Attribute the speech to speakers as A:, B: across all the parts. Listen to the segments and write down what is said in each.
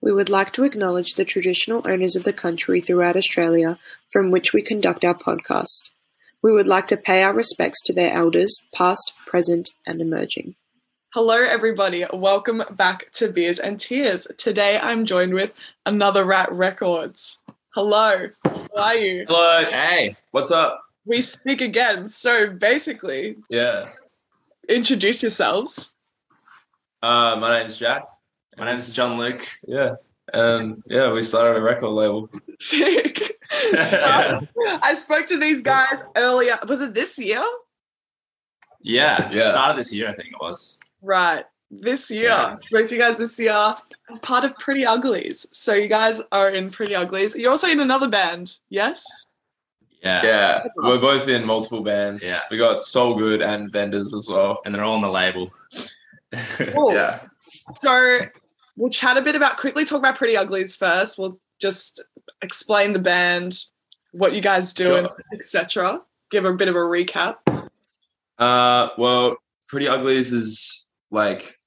A: We would like to acknowledge the traditional owners of the country throughout Australia from which we conduct our podcast. We would like to pay our respects to their elders, past, present, and emerging.
B: Hello, everybody. Welcome back to Beers and Tears. Today I'm joined with another Rat Records. Hello, how are you?
C: Hello. Hey, what's up?
B: We speak again. So basically,
C: Yeah.
B: introduce yourselves.
C: Uh, my name's Jack.
D: My name's John Luke.
C: Yeah. Um, yeah, we started a record label.
B: Sick.
C: yeah.
B: I spoke to these guys earlier. Was it this year?
D: Yeah,
C: Yeah.
D: start of this year, I think it was.
B: Right. This year.
D: Yeah.
B: Spoke to you guys this year as part of Pretty Uglies. So you guys are in Pretty Uglies. You're also in another band, yes?
D: Yeah.
C: We're both in multiple bands.
D: Yeah.
C: We got Soul Good and Vendors as well.
D: And they're all on the label.
B: Cool.
C: Yeah.
B: So we'll chat a bit about quickly talk about Pretty Uglies first. We'll just explain the band, what you guys do,
C: Sure.
B: and etc. Give a bit of a recap.
C: Uh, well, Pretty Uglies is like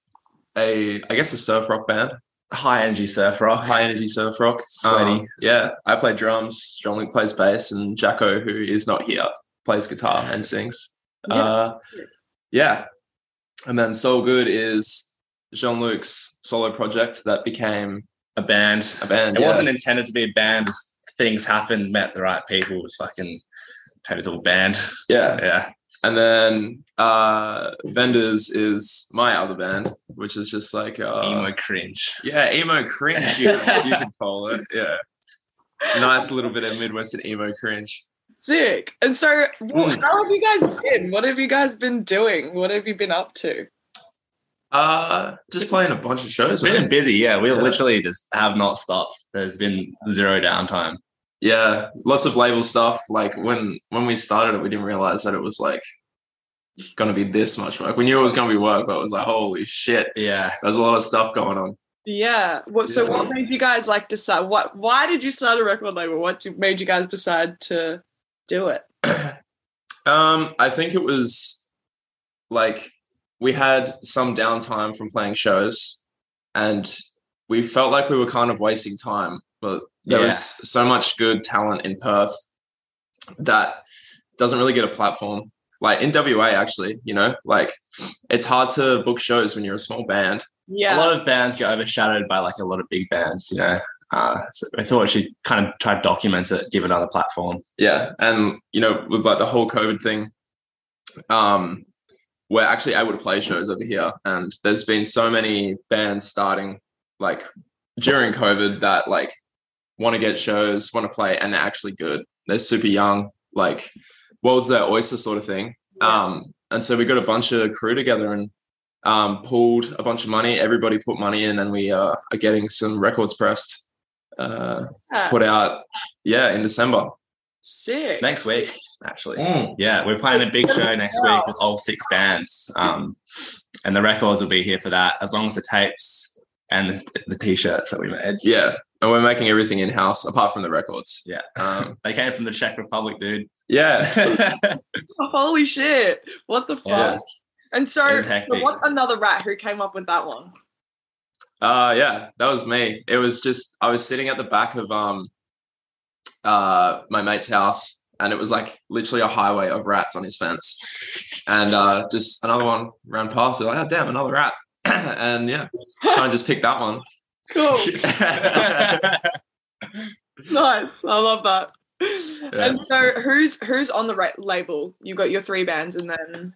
C: a, I guess, a surf rock band,
D: High energy surf rock.
C: high energy surf rock.
D: Sweaty.
C: Um, yeah. I play drums. John Luke plays bass, and Jacko, who is not here, plays guitar and sings. Uh, yeah. And then Soul Good is Jean Luc's solo project that became
D: a band.
C: a band.
D: It
C: yeah.
D: wasn't intended to be a band. just Things happened, met the right people, it was fucking total band.
C: Yeah.
D: Yeah.
C: And then uh, Vendors is my other band, which is just like uh,
D: Emo cringe.
C: Yeah, emo cringe. You, you could call it. Yeah. Nice little bit of Midwestern emo cringe.
B: Sick. And so, well,
C: Mm.
B: how have you guys been? What have you guys been doing? What have you been up to?
C: Uh, just playing a bunch of shows.
D: It's been
C: man.
D: busy, yeah. We
C: Yeah.
D: literally just have not stopped. There's been zero downtime.
C: yeah lots of label stuff like when when we started it we didn't realize that it was like gonna be this much work we knew it was gonna be work but it was like holy shit
D: Yeah.
C: there's a lot of stuff going on
B: Yeah. What? So,
C: Yeah.
B: what made you guys like decide? What? Why did you start a record label? What do- made you guys decide to do it?
C: um i think it was like we had some downtime from playing shows and we felt like we were kind of wasting time but there was so much good talent in perth that doesn't really get a platform like in wa actually you know like it's hard to book shows when you're a small band
B: Yeah.
D: a lot of bands get overshadowed by like a lot of big bands, you know. Uh, so I thought we should kind of try to document it, give it another platform.
C: yeah and you know with like the whole covid thing um we're actually able to play shows over here and there's been so many bands starting like during covid that like want to get shows want to play and they're actually good they're super young like world's their oyster sort of thing um and so we got a bunch of crew together and um pulled a bunch of money everybody put money in and we uh, are getting some records pressed uh to
B: Yeah.
C: put out yeah in december
B: Sick.
D: next week actually yeah we're playing a big show next week with all six bands um and the records will be here for that as long as the tapes and the, the t-shirts that we made
C: Yeah, and we're making everything in house apart from the records.
D: Yeah.
C: um,
D: they came from the czech republic dude
C: yeah.
B: Holy shit! What the fuck?
D: Yeah.
B: And
D: It
B: so,
D: was hectic.
B: so what's another rat who came up with that one?
C: Uh, yeah, that was me. It was just I was sitting at the back of um, uh, my mate's house, and it was like literally a highway of rats on his fence, and uh, just another one ran past. We're like, oh damn, another rat, and yeah, kind of just picked that one.
B: Cool.
D: yeah
B: nice. I love that. And so, who's who's on the right label? You got your three bands, and then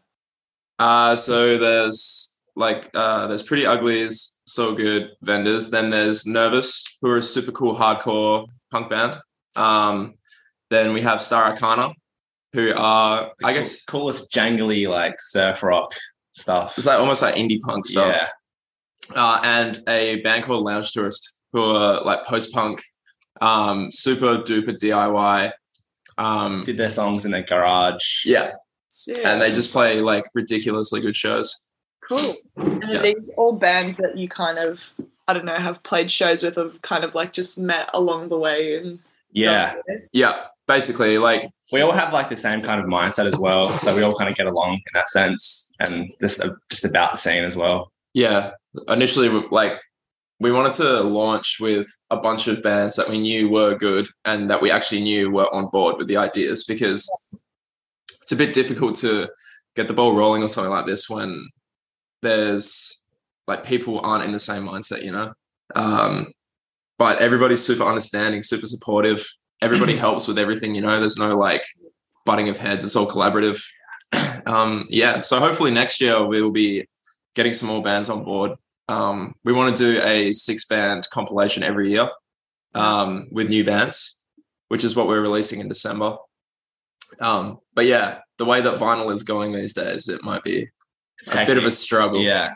C: Uh, so there's like uh, there's pretty uglies, so good vendors. Then there's Nervous, who are a super cool hardcore punk band. Um, then we have Star Arcana, who are I guess
D: coolest jangly like surf rock stuff
C: it's like almost like indie punk stuff.
D: Yeah.
C: Uh, and a band called Lounge Tourist, who are like post punk, um, super duper DIY. Um,
D: did their songs in their garage
C: yeah,
B: sick.
C: and they just play like ridiculously good shows.
B: cool. And are
C: Yeah.
B: these all bands that you kind of I don't know have played shows with, have kind of like just met along the way, and
D: yeah
C: Yeah, basically like
D: we all have like the same kind of mindset as well so we all kind of get along in that uh, sense and just just about the same as well
C: yeah initially with like we wanted to launch with a bunch of bands that we knew were good and that we actually knew were on board with the ideas because it's a bit difficult to get the ball rolling or something like this when there's like people aren't in the same mindset, you know. Um, but everybody's super understanding, super supportive. Everybody helps with everything, you know. There's no like butting of heads. It's all collaborative. um, yeah. So hopefully next year we will be getting some more bands on board. Um, we want to do a six band compilation every year um, with new bands, which is what we're releasing in December. Um, but yeah, the way that vinyl is going these days, it might be
D: It's
C: a bit of a struggle.
D: yeah.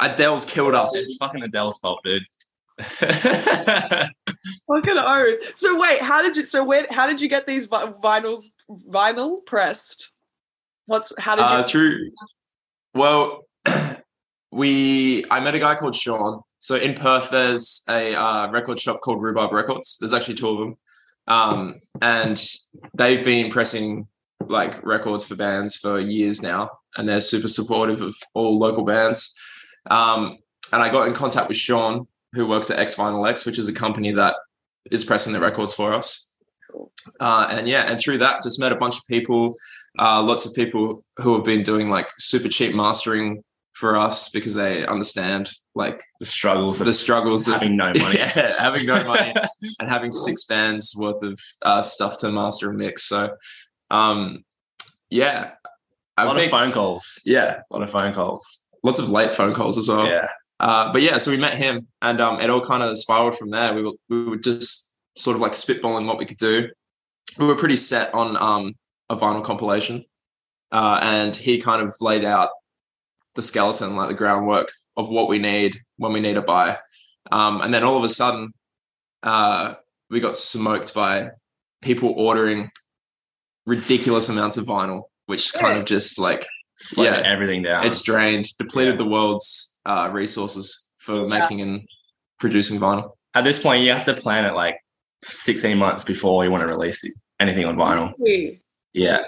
C: Adele's killed us.
D: It's fucking Adele's fault, dude.
B: Fucking oath. So wait, how did you? So where? How did you get these vi- vinyls? Vinyl pressed. What's how did
C: Uh,
B: you?
C: through, well, we I met a guy called Sean. So in Perth, there's a uh, record shop called Rhubarb Records. There's actually two of them, um, and they've been pressing like records for bands for years now, and they're super supportive of all local bands. Um, and I got in contact with Sean, who works at X Vinyl X, which is a company that is pressing the records for us. Uh, and yeah, and through that, just met a bunch of people, uh, lots of people who have been doing like super cheap mastering for us because they understand like
D: the struggles of
C: the struggles of
D: having no money.
C: yeah, having no money and having six bands worth of uh, stuff to master and mix. So, um, yeah,
D: a
C: I
D: lot of
C: think
D: phone calls.
C: yeah,
D: A lot of phone calls.
C: lots of late phone calls as well.
D: Yeah.
C: Uh, but yeah, so we met him, and um, it all kind of spiraled from there. We were we were just sort of like spitballing what we could do. We were pretty set on um, a vinyl compilation, uh, and he kind of laid out the skeleton, like the groundwork of what we need when we need a buy. Um, and then all of a sudden, uh, we got smoked by people ordering ridiculous amounts of vinyl, which kind of just like
D: Slow
C: Yeah.
D: everything down.
C: it's drained, depleted
D: Yeah.
C: the world's uh, resources for making and producing vinyl.
D: at this point you have to plan it like 16 months before you want to release it- anything on vinyl.
B: Wait.
D: Yeah.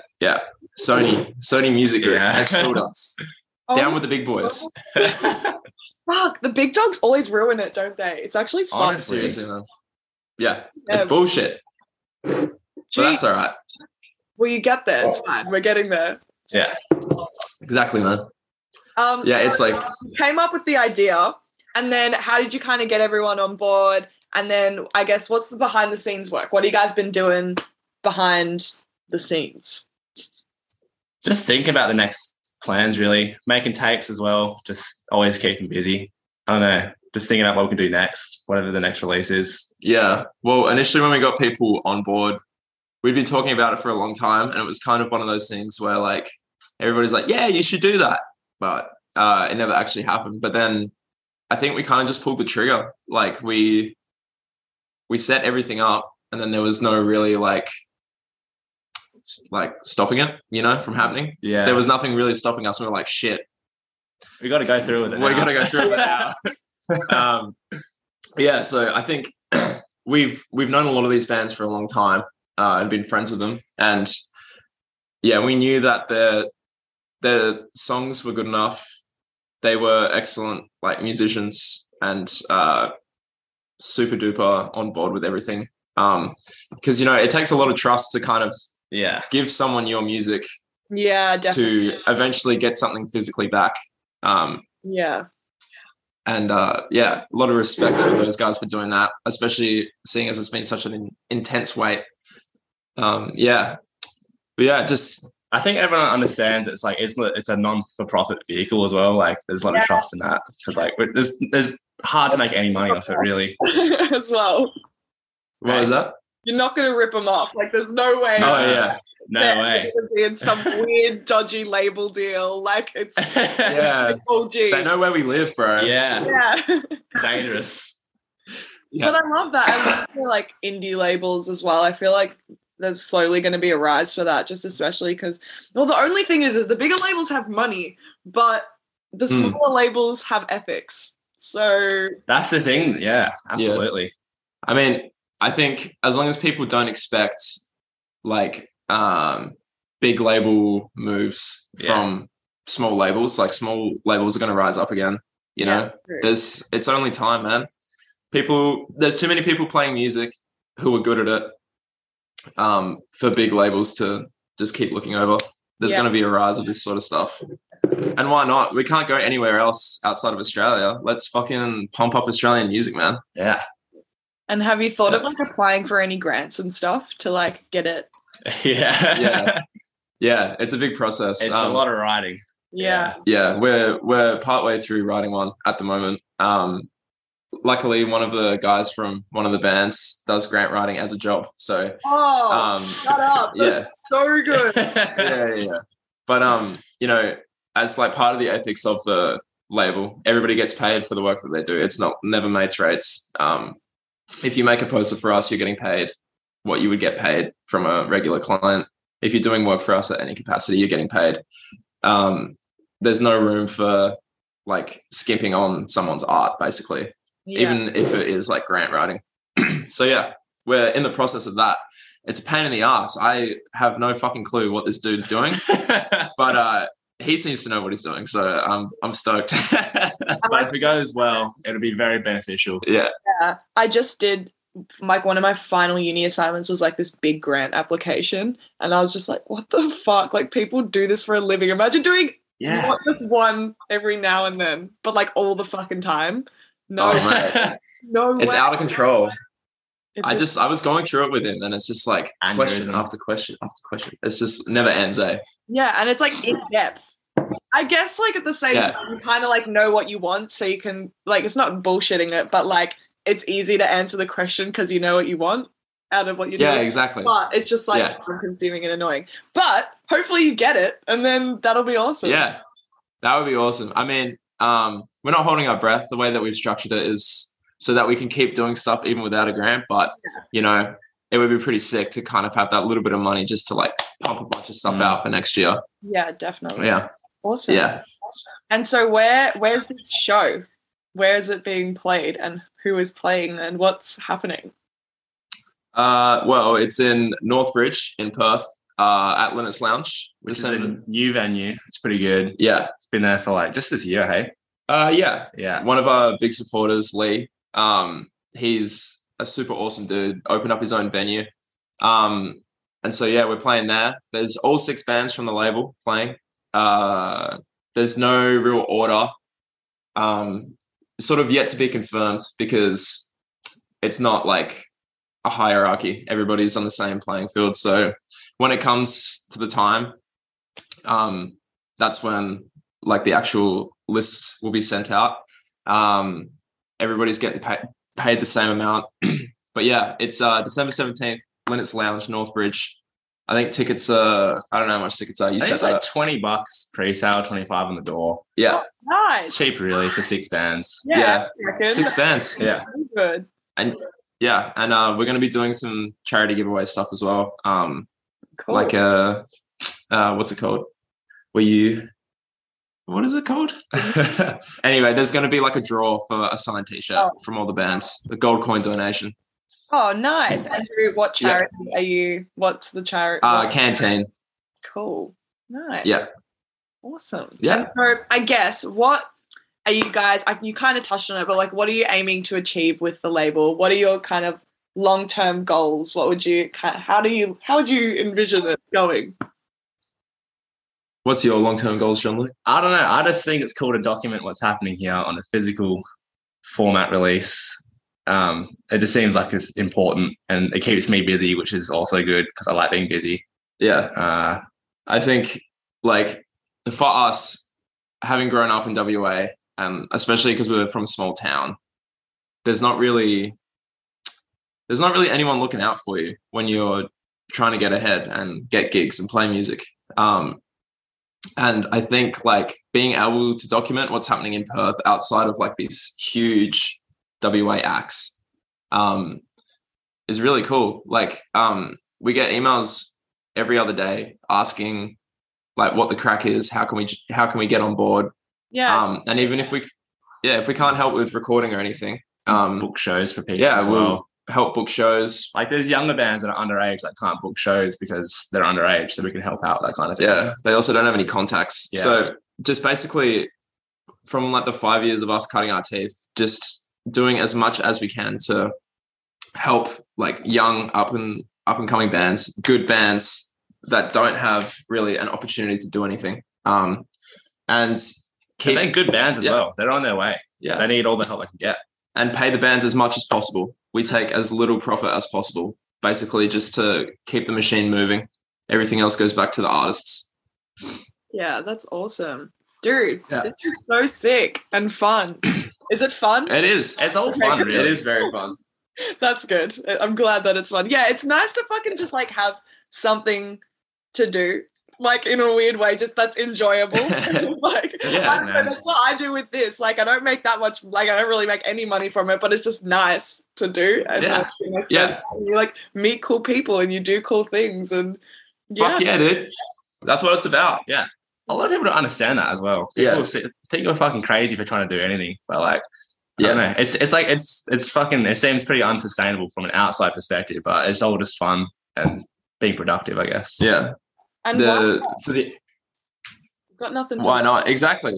C: Sony, Sony Music Group
D: Yeah.
C: has killed us.
B: Oh,
C: Down with the big boys.
B: fuck. The big dogs always ruin it, don't they? It's actually fun.
D: Honestly,
C: Seriously, man. Yeah,
B: Yeah,
C: it's bullshit, but
B: gee,
C: that's all right.
B: Will you get there? It's fine. We're getting there.
D: Yeah.
C: Exactly, man.
B: Um,
C: Yeah,
B: so
C: it's like
B: you came up with the idea, and then how did you kind of get everyone on board? And then I guess what's the behind the scenes work? What have you guys been doing behind the scenes?
D: Just think about the next plans really. Making tapes as well. Just always keeping busy. I don't know. Just thinking about what we can do next, whatever the next release is.
C: Yeah. Well, initially when we got people on board, we'd been talking about it for a long time, and it was kind of one of those things where like everybody's like, "Yeah, you should do that," but uh, it never actually happened. But then I think we kind of just pulled the trigger. Like we we set everything up, and then there was no really like s- like stopping it, you know, from happening.
D: Yeah.
C: There was nothing really stopping us. We were like, "Shit,
D: we gotta go through with it.
C: we
D: now.
C: gotta go through it now. um, yeah, so I think we've we've known a lot of these bands for a long time uh, and been friends with them, and yeah, we knew that their their songs were good enough. They were excellent, like musicians, and uh, super duper on board with everything. Because you know, it takes a lot of trust to kind of
D: Yeah.
C: give someone your music
B: Yeah, definitely.
C: to eventually get something physically back. Um,
B: Yeah.
C: and uh, yeah, a lot of respect for those guys for doing that, especially seeing as it's been such an in- intense wait. Um, yeah, but yeah, just
D: I think everyone understands it's like it's it's a non-for-profit vehicle as well. Like there's a lot of trust in that because like we're- there's there's hard to make any money off it really.
B: As well.
C: what was that?
B: You're not going to rip them off. Like, there's no way.
C: Oh yeah,
D: No
B: that
D: way.
B: they're gonna be in some weird, dodgy label deal. Like, it's
C: yeah.
B: oh, gee.
C: They know where we live, bro.
D: yeah.
B: Yeah.
D: Dangerous.
C: Yeah.
B: But I love that. I love the, like indie labels as well. I feel like there's slowly going to be a rise for that, just especially because well, the only thing is, is the bigger labels have money, but the
C: Mm.
B: smaller labels have ethics. So
D: That's the thing. Yeah, absolutely.
C: I mean, I think as long as people don't expect like um, big label moves
D: Yeah.
C: from small labels, like small labels are going to rise up again. You
B: Yeah,
C: know,
B: true.
C: there's it's only time, man. people there's too many people playing music who are good at it um, for big labels to just keep looking over. There's
B: Yeah.
C: going to be a rise of this sort of stuff. And why not? We can't go anywhere else outside of Australia. Let's fucking pump up Australian music, man.
D: Yeah.
B: And have you thought of like applying for any grants and stuff to like get it?
D: Yeah.
C: Yeah. Yeah, it's a big process.
D: it's a
C: Um,
D: lot of writing.
B: Yeah.
C: yeah, we're we're partway through writing one at the moment. Um, luckily, one of the guys from one of the bands does grant writing as a job. So
B: Oh,
C: um,
B: shut up!
C: yeah.
B: That's so good.
C: yeah, yeah, yeah. But um, you know, as like part of the ethics of the label, everybody gets paid for the work that they do. It's not never mates rates. Um, if you make a poster for us, you're getting paid what you would get paid from a regular client. If you're doing work for us at any capacity, you're getting paid. Um, there's no room for like skimping on someone's art, basically
B: Yeah.
C: even if it is like grant writing. so yeah, we're in the process of that. It's a pain in the ass. I have no fucking clue what this dude's doing, but uh, he seems to know what he's doing. So I'm I'm stoked.
D: but if it goes well, it'll be very beneficial.
C: yeah,
B: Yeah, I just did like one of my final uni assignments was like this big grant application, and I was just like, what the fuck? Like people do this for a living. Imagine doing
D: Yeah.
B: not just one every now and then, but like all the fucking time. No,
C: Oh, mate.
B: no,
C: it's
B: way.
C: out of control.
B: It's
C: I just I was going through it with him, and it's just like question
D: Aneurysm.
C: after question after question. It's just never ends, eh?
B: yeah, and it's like in depth. I guess like at the same
C: Yeah.
B: time, you kind of like know what you want, so you can like it's not bullshitting it, but like it's easy to answer the question because you know what you want out of what you're
C: Yeah,
B: doing.
C: exactly.
B: But it's just like
C: Yeah.
B: time consuming and annoying. But hopefully you get it, and then that'll be awesome.
C: Yeah, that would be awesome. I mean, um, we're not holding our breath. The way that we've structured it is so that we can keep doing stuff even without a grant. But you know, it would be pretty sick to kind of have that little bit of money just to like pump a bunch of stuff
D: Mm.
C: out for next year.
B: yeah, definitely.
C: Yeah,
B: awesome.
C: yeah.
B: And so where where's this show? Where is it being played, and who is playing, and what's happening?
C: Uh, well, it's in Northbridge in Perth uh, at Linux Lounge.
D: Which is
C: December-
D: a new venue. It's pretty good.
C: Yeah,
D: It's been there for like just this year, hey?
C: uh, yeah.
D: Yeah.
C: one of our big supporters, Lee. Um, he's a super awesome dude. Opened up his own venue, um, and so yeah, we're playing there. There's all six bands from the label playing. Uh, there's no real order. Um, sort of yet to be confirmed because it's not like a hierarchy. Everybody's on the same playing field. So when it comes to the time, um, that's when like the actual lists will be sent out um, everybody's getting pa- paid the same amount. but yeah, it's uh, December 17th, Linux Lounge, Northbridge. I think tickets are, I don't know how much tickets are. You
D: I think
C: said
D: it's like
C: that.
D: 20 bucks pre sale, 25 on the door.
C: Yeah.
D: It's
B: Nice.
D: cheap, really, for six bands.
B: Yeah.
C: Yeah.
B: I reckon.
C: Six bands.
D: Yeah.
B: Very Good.
C: Yeah. And uh, we're going to be doing some charity giveaway stuff as well. Um,
B: Cool.
C: Like, uh, uh, what's it called? Where you, what is it called? anyway, there's going to be like a draw for a signed t shirt
B: Oh.
C: from all the bands, the gold coin donation.
B: oh, nice. And who, what
C: Yeah.
B: charity are you? What's the charity?
C: Uh, canteen.
B: Cool. Nice.
C: Yeah.
B: Awesome.
C: Yeah.
B: And so I guess what are you guys? I, you kind of touched on it, but like, what are you aiming to achieve with the label? What are your kind of long-term goals? What would you? ki- How do you? How would you envision it going?
C: What's your long term goals, John Luke?
D: I don't know. I just think it's cool to document what's happening here on a physical format release. Um, it just seems like it's important and it keeps me busy, which is also good because I like being busy.
C: Yeah.
D: Uh,
C: I think like for us, having grown up in WA, and especially because we were from a small town, there's not really there's not really anyone looking out for you when you're trying to get ahead and get gigs and play music. Um, and I think like being able to document what's happening in Perth outside of like these huge WA acts um, is really cool. Like um, we get emails every other day asking like what the crack is how can we how can we get on board
B: Yeah.
C: um and even if we yeah if we can't help with recording or anything um
D: book shows for people
C: yeah,
D: as
C: we'll-
D: well.
C: help book shows
D: Like there's younger bands that are underage that can't book shows because they're underage, so we can help out with that kind of thing.
C: yeah they also don't have any contacts
D: Yeah.
C: so just basically from like the five years of us cutting our teeth just doing as much as we can to help like young up and up and coming bands, good bands that don't have really an opportunity to do anything. Um, and
D: Keep, they're good bands as
C: Yeah.
D: well. They're on their way.
C: yeah,
D: They need all the help they can get.
C: and pay the bands as much as possible. We take as little profit as possible, basically, just to keep the machine moving. Everything else goes back to the artists.
B: Yeah, that's awesome. Dude,
C: Yeah.
B: this is so sick and fun. Is it fun?
C: It is.
D: It's all fun, really.
C: It is very fun.
B: That's good. I- I'm glad that it's fun. Yeah, it's nice to fucking just like have something to do. Like in a weird way, just that's enjoyable. like
C: Yeah,
B: I don't know,
D: man.
B: that's what I do with this. Like I don't make that much. Like I don't really make any money from it, but it's just nice to do. And
C: Yeah.
B: like, you know, spend
C: Yeah.
B: time. You like meet cool people and you do cool things and yeah,
C: Fuck yeah, dude. That's what it's about.
D: A lot of people don't understand that as well.
C: Yeah.
D: People si- think you're fucking crazy for trying to do anything, but like, yeah,
C: Yeah.
D: it's it's like it's it's fucking. It seems pretty unsustainable from an outside perspective, but it's all just fun and being productive, I guess.
C: Yeah.
B: and why-
C: The for the
B: got nothing. to-
C: why not? Exactly.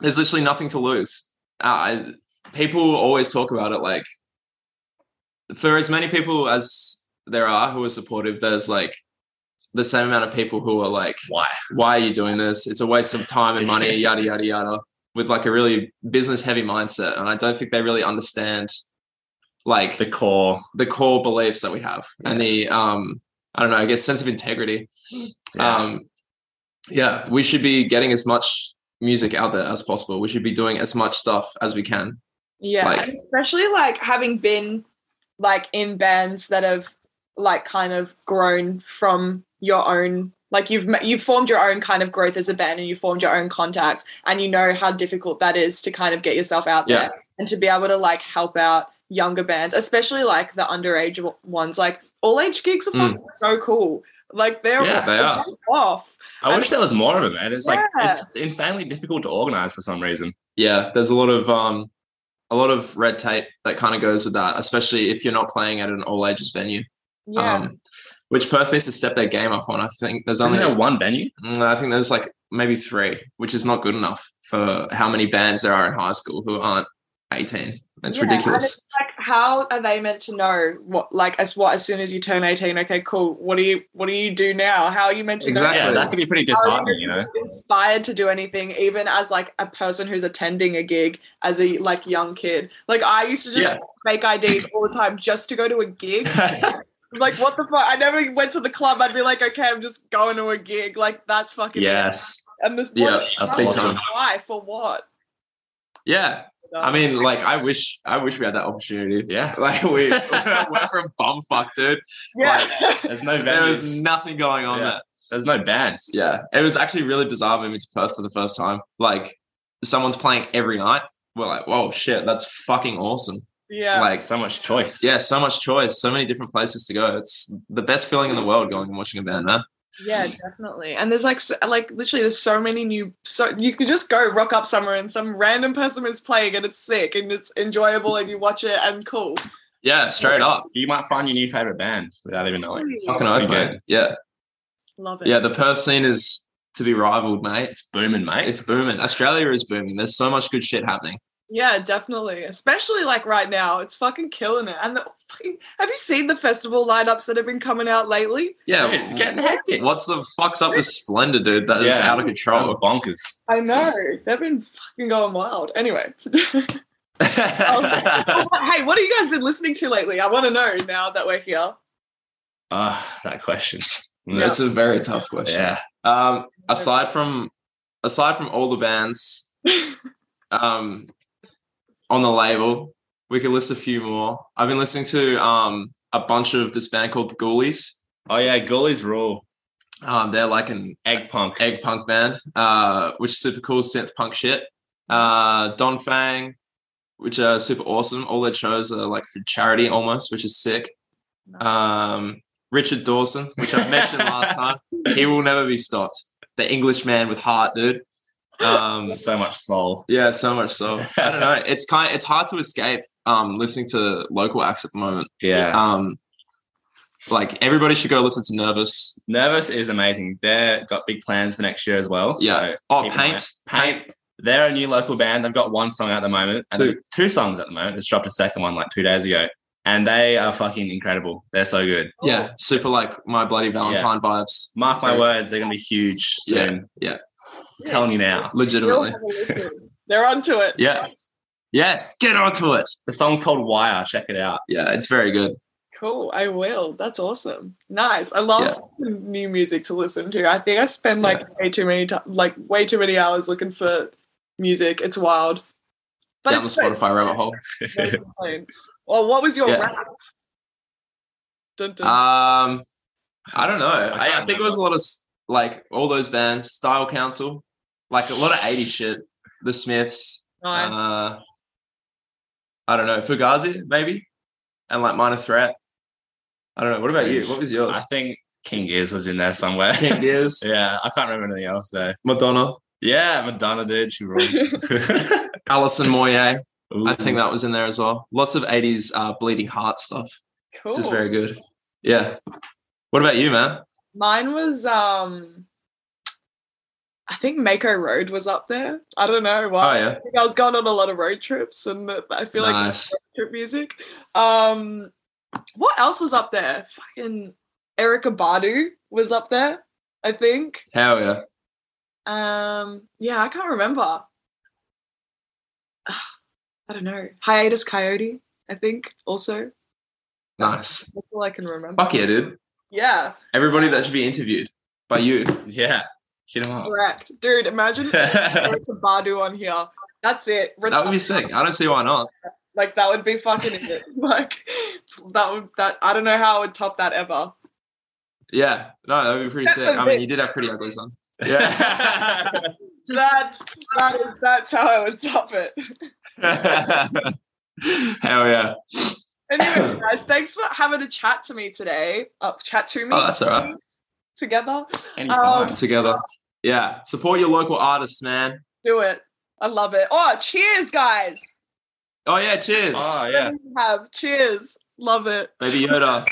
C: There's literally nothing to lose. Uh, I, people always talk about it like for as many people as there are who are supportive, there's like the same amount of people who are like,
D: Why?
C: why are you doing this? It's a waste of time and money, yada, yada, yada, with like a really business heavy mindset. And I don't think they really understand like
D: The core.
C: the core beliefs that we have and the um i don't know i guess sense of integrity
D: Yeah.
C: um yeah we should be getting as much music out there as possible we should be doing as much stuff as we can
B: Yeah,
C: Like-
B: and especially like having been like in bands that have like kind of grown from your own like you've ma- you've formed your own kind of growth as a band and you formed your own contacts and you know how difficult that is to kind of get yourself out there
C: Yeah.
B: and to be able to like help out younger bands especially like the underage w- ones like all age gigs are
C: Mm.
B: fucking so cool like they're
D: Yeah, they are.
B: off
D: I wish there was more of it, man. It's like
B: Yeah.
D: it's insanely difficult to organize for some reason.
C: yeah there's a lot of um a lot of red tape that kind of goes with that especially if you're not playing at an all ages venue
B: yeah
C: um which perth needs to step their game up on i think there's
D: Isn't
C: only
D: there one venue?
C: Mm, i think there's like maybe three which is not good enough for how many bands there are in high school who aren't 18 it's
B: Yeah, and
C: ridiculous
B: it's like, how are they meant to know what, like, as what as soon as you turn eighteen? Okay, cool. What do you What do you do now? How are you meant to
C: Exactly.
D: Yeah,
B: know?
D: that could be pretty
B: How are
D: disheartening, you know.
B: Inspired to do anything, even as like a person who's attending a gig as a like young kid. Like I used to just make IDs all the time just to go to a gig. Like what the fuck? I never went to the club. I'd be like, okay, I'm just going to a gig. Like that's fucking
D: yes.
B: And this
C: Yeah,
B: what-
D: that's
B: why?
D: awesome.
B: Why for what?
C: Yeah,
B: Uh,
C: I mean, like, I wish, I wish we had that opportunity.
D: Yeah.
C: Like, we we're from bumfuck, dude.
B: yeah.
D: There's no
C: There
D: venues.
C: was nothing going on
D: Yeah.
C: there.
D: There's no bands.
C: Yeah, it was actually really bizarre moving to Perth for the first time. Like, someone's playing every night. We're like, whoa, shit, that's fucking awesome.
B: yeah.
C: like-
D: so much choice.
C: Yeah, so much choice, so many different places to go. It's the best feeling in the world going and watching a band, man.
B: Yeah, definitely. And there's like, so, like literally, there's so many new. So you can just go rock up somewhere, and some random person is playing, and it's sick, and it's enjoyable, and you watch it, and cool.
C: Yeah, straight up.
D: You might find your new favorite band without even knowing.
B: Totally.
C: Fucking
D: Pretty
C: oath,
D: good.
C: mate. Yeah,
B: Love it.
C: yeah. The Perth scene is to be rivaled, mate.
D: It's booming, mate.
C: It's booming. Australia is booming. There's so much good shit happening.
B: Yeah, definitely. Especially like right now, it's fucking killing it. And the fucking, have you seen the festival lineups that have been coming out lately?
C: Yeah,
D: Dude, it's getting hectic.
C: What's the fuck's up with Splendor, dude? That is
D: Yeah.
C: out of
D: That was
C: control.
D: bonkers.
B: I know they've been fucking going wild. Anyway, Um,
C: yeah,
B: hey, what have you guys been listening to lately? I want to know now that we're here.
D: Ah, that question.
C: that's a very tough question.
D: Yeah.
C: Um, aside from aside from all the bands um, on the label, we could list a few more. I've been listening to um, a bunch of this band called the Ghoulies.
D: Oh yeah, goalies rule.
C: Um, they're like an
D: Egg punk.
C: egg punk band, uh, which is super cool synth punk shit. Uh, Don Fang, which are super awesome. All their shows are like for charity almost, which is sick. Um, Richard Dawson, which I mentioned last time, he will never be stopped. The English man with heart, dude. Um,
D: so much soul.
C: yeah, so much so. I don't know. It's kind. It's hard to escape um, listening to local acts at the moment.
D: Yeah.
C: Um, like everybody should go listen to Nervous.
D: Nervous is amazing. They've got big plans for next year as well.
C: Yeah.
D: So
C: Oh,
D: keep an
C: Paint.
D: eye- Paint. They're a new local band. They've got one song at the moment. and
C: Two.
D: Two songs at the moment. Just dropped a second one like two days ago. And they are fucking incredible. They're so good.
C: Yeah, super like my bloody Valentine vibes.
D: Mark my
C: Right.
D: words, they're gonna be huge soon.
C: yeah.
D: Telling you now.
B: We'll
C: Legitimately.
B: have a listen. They're onto it.
C: Yeah. Yes, get onto it.
D: The song's called Wire. Check it out.
C: Yeah, it's very good.
B: Cool. I will. That's awesome. Nice. I love new music to listen to. I think I spend like way too many time, like way too many hours looking for music. It's wild. But
C: Down the
B: it's good.
C: Spotify rabbit hole.
B: No complaints. Well, what was your
C: Yeah.
B: rant? Dun, dun.
C: Um, I don't know.
D: I
C: I, I
D: can't
C: think it was a lot of s- like all those bands, Style Council, like a lot of 80s shit. The Smiths.
B: Nine.
C: Uh, I don't know. Fugazi, maybe? And like Minor Threat. I don't know. What about you? What was yours?
D: I think King Gears was in there somewhere.
C: King Gears,
D: yeah, I can't remember anything else though.
C: Madonna,
D: Yeah, Madonna did. She rules.
C: Alison Moyet. I
D: Ooh.
C: think that was in there as well. Lots of 80s uh, bleeding heart stuff.
B: cool.
C: Just very good. Yeah. What about you, man?
B: Mine was um I think Mako Road was up there. I don't know
C: Oh
B: why.
C: yeah,
B: I think I was going on a lot of road trips and that- I feel like
C: nice.
B: trip music. Um, what else was up there? Fucking Erica Badu was up there, I think.
C: Hell yeah.
B: Um, yeah, I can't remember. Ah, I don't know. Hiatus Coyote, I think, also.
C: Nice.
B: That's all I can remember.
C: Fuck yeah, dude.
B: Yeah,
C: Everybody that should be interviewed by you.
D: yeah, hit him up.
B: correct. Dude, imagine Erica Badu on here. That's it.
C: That would be sick. I don't see why not.
B: like that would be fucking it. Like that would that I don't know how I would top that ever.
C: Yeah. No, that would be pretty sick. I mean, you did have pretty ugly son.
D: yeah.
B: That that is that's how I would top it.
C: Hell yeah.
B: Anyway, guys, thanks for having a chat to me today. Uh, chat to me
C: Oh, that's all right.
B: together.
D: Anytime.
C: Together. Yeah. Support your local artists, man.
B: Do it. I love it. Oh, cheers, guys.
C: Oh yeah, cheers.
D: oh yeah.
B: Have cheers. Love it.
C: Baby Yoda.